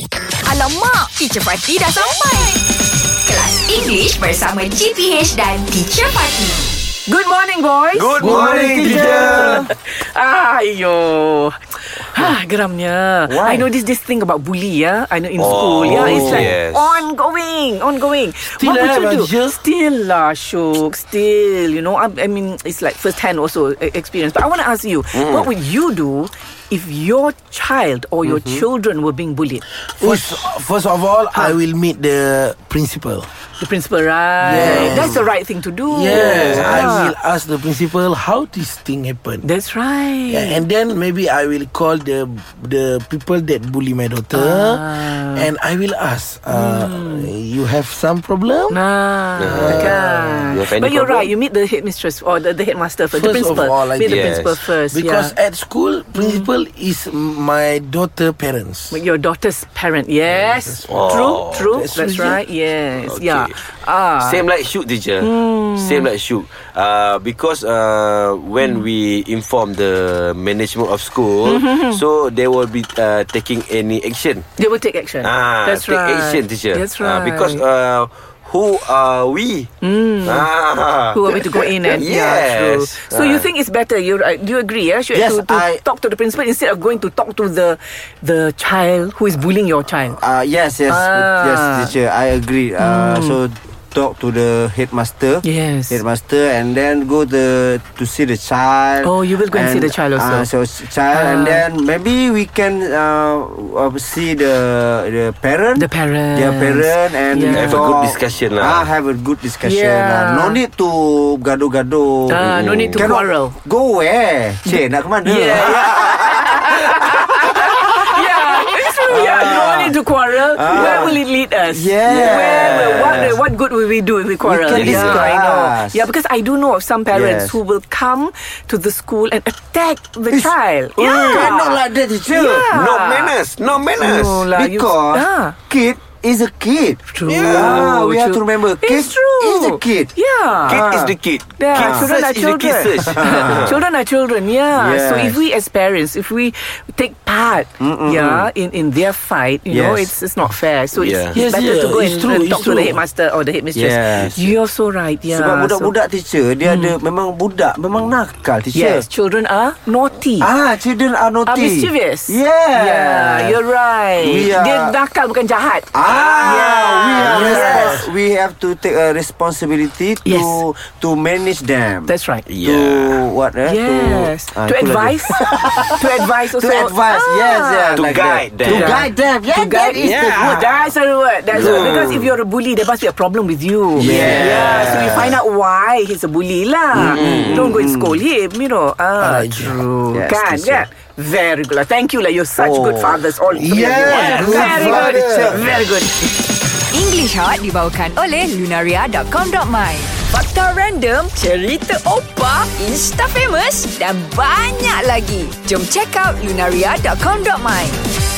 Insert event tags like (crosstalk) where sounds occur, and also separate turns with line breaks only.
Kata mak, teacher Fatih dah sampai. Kelas English bersama GPH dan teacher Fatih.
Good morning, boys. Ah,
Good morning, teacher.
Ayo. Ha, geramnya. I
Why?
know this this thing about bully, yeah. I know in
Oh,
school, yeah. It's like
yes.
ongoing, ongoing.
Still
what would
eh,
you do?
Raja?
Still lah, Shuk. Still, you know. I, I mean, it's like first hand also e- experience. But I want to ask you,
Mm.
what would you do if your child or your
Mm-hmm.
children were being bullied?
First, first of all,
Ha.
I will meet the principal.
The principal, right?
Yes.
That's the right thing to do.
Yes, I
Yeah.
will ask the principal how this thing happened.
That's right.
Yeah, and then maybe I will call the the people that bully my daughter,
Ah. Hmm.
and I will ask, uh, you have some problem?
Nah, kan.
You have any
But you're
problem?
right. You meet the headmistress or the, the headmaster first, the
First of
principal.
all, I
meet the
guess.
principal first.
Because
yeah.
at
Hmm.
school, principal is my daughter parents.
But your daughter's parent. Yes.
right.
True.
Oh,
True.
that's
That's,
really-
right. Yes.
Okay.
Yeah. Ah.
Same like shoot teacher.
Hmm.
Same like shoot. Uh, because uh, when we inform the management of
(laughs)
school, so they will be uh, taking any action.
They will take action.
Ah,
That's
take
right.
action teacher.
That's
Ah,
right. Hmm.
because uh, who are we? Ah.
who are we to go in and yeah, true.
Yes.
So you
Ah.
think it's better? You uh, do you agree? Yeah, should
Yes,
to, to
I-
talk to the principal instead of going to talk to the the child who is bullying your child.
Uh, yes, yes,
Ah. Hmm.
yes, teacher. I agree. Uh, So talk to the headmaster.
Yes.
Headmaster, and then go the to see the child.
Oh, you will go and see the child also.
Uh, so s- child, and
Ah.
then maybe we can uh, uh, see the the parent.
The parent.
Their parent and
Yeah.
Have a good discussion lah.
Ah, have a good discussion
Yeah.
lah. No need to gaduh-gaduh.
Ah, no need to
Cannot
quarrel.
Go where? Cik, nak ke mana? (laughs) Ah,
Yeah, yeah, it's true. Yeah, no need to quarrel. Where will it lead us?
Ah. Yes.
Where, will, what, what good will we do if we quarrel?
can
yeah, I know.
discuss.
Yeah, because I do know of some parents
Yes.
who will come to the school and attack the
It's-
child.
Ooh,
yeah.
Cannot like that, teacher.
Yeah.
No manners. No manners.
No lah. you-
Because
Ah.
kid is a kid.
True.
Yeah, we have to remember, kid
it's true.
is a kid.
Yeah.
Kid is the kid.
Ah.
Yeah,
Kid
children
search
are
is the kid
children.
search.
(laughs)
(laughs)
children are children, yeah. So
Yes.
if we as parents, if we take part, yeah, in, in their fight, you know,
Yes.
it's it's not fair. So
Yeah.
it's, it's
Yes,
better
yeah,
to go
it's
and,
true,
and
it's
talk to the
true.
headmaster or the headmistress.
Yes.
You're so right, yeah. Ya, So-
Sebab
Hmm.
budak-budak teacher Dia ada Memang budak Memang nakal teacher
Yes, children are naughty.
Ah, children are naughty.
Are mischievous.
Yes.
Yeah, you're right.
We are-
Dia nakal bukan jahat.
Ah,
Yeah.
we are
Yes.
respons- we have to take a responsibility to
Yes.
to manage them.
That's right.
to
Yeah.
what? Eh?
Yes.
To, ah,
to
itulah dia. (laughs)
advise. to advise also. Ah.
To advise. Yes, yes.
To
like
guide
that.
them.
To guide them. Yeah,
To guide
that is
yeah.
the word.
That's the word. That's the word. Because if you're a bully, there must be a problem with you.
Yes.
Yeah. So you find out why he's a bully lah. Don't go and scold him. You know. Ah,
Alright, yeah.
true.
Yes,
can,
teacher.
can. Very good. lah. Thank you lah. You're such
Oh.
good fathers. All three of you.
Yes, good
Very good.
father.
Very good.
English Hot dibawakan oleh Lunaria.com.my Fakta random, cerita opa, insta famous dan banyak lagi. Jom check out Lunaria.com.my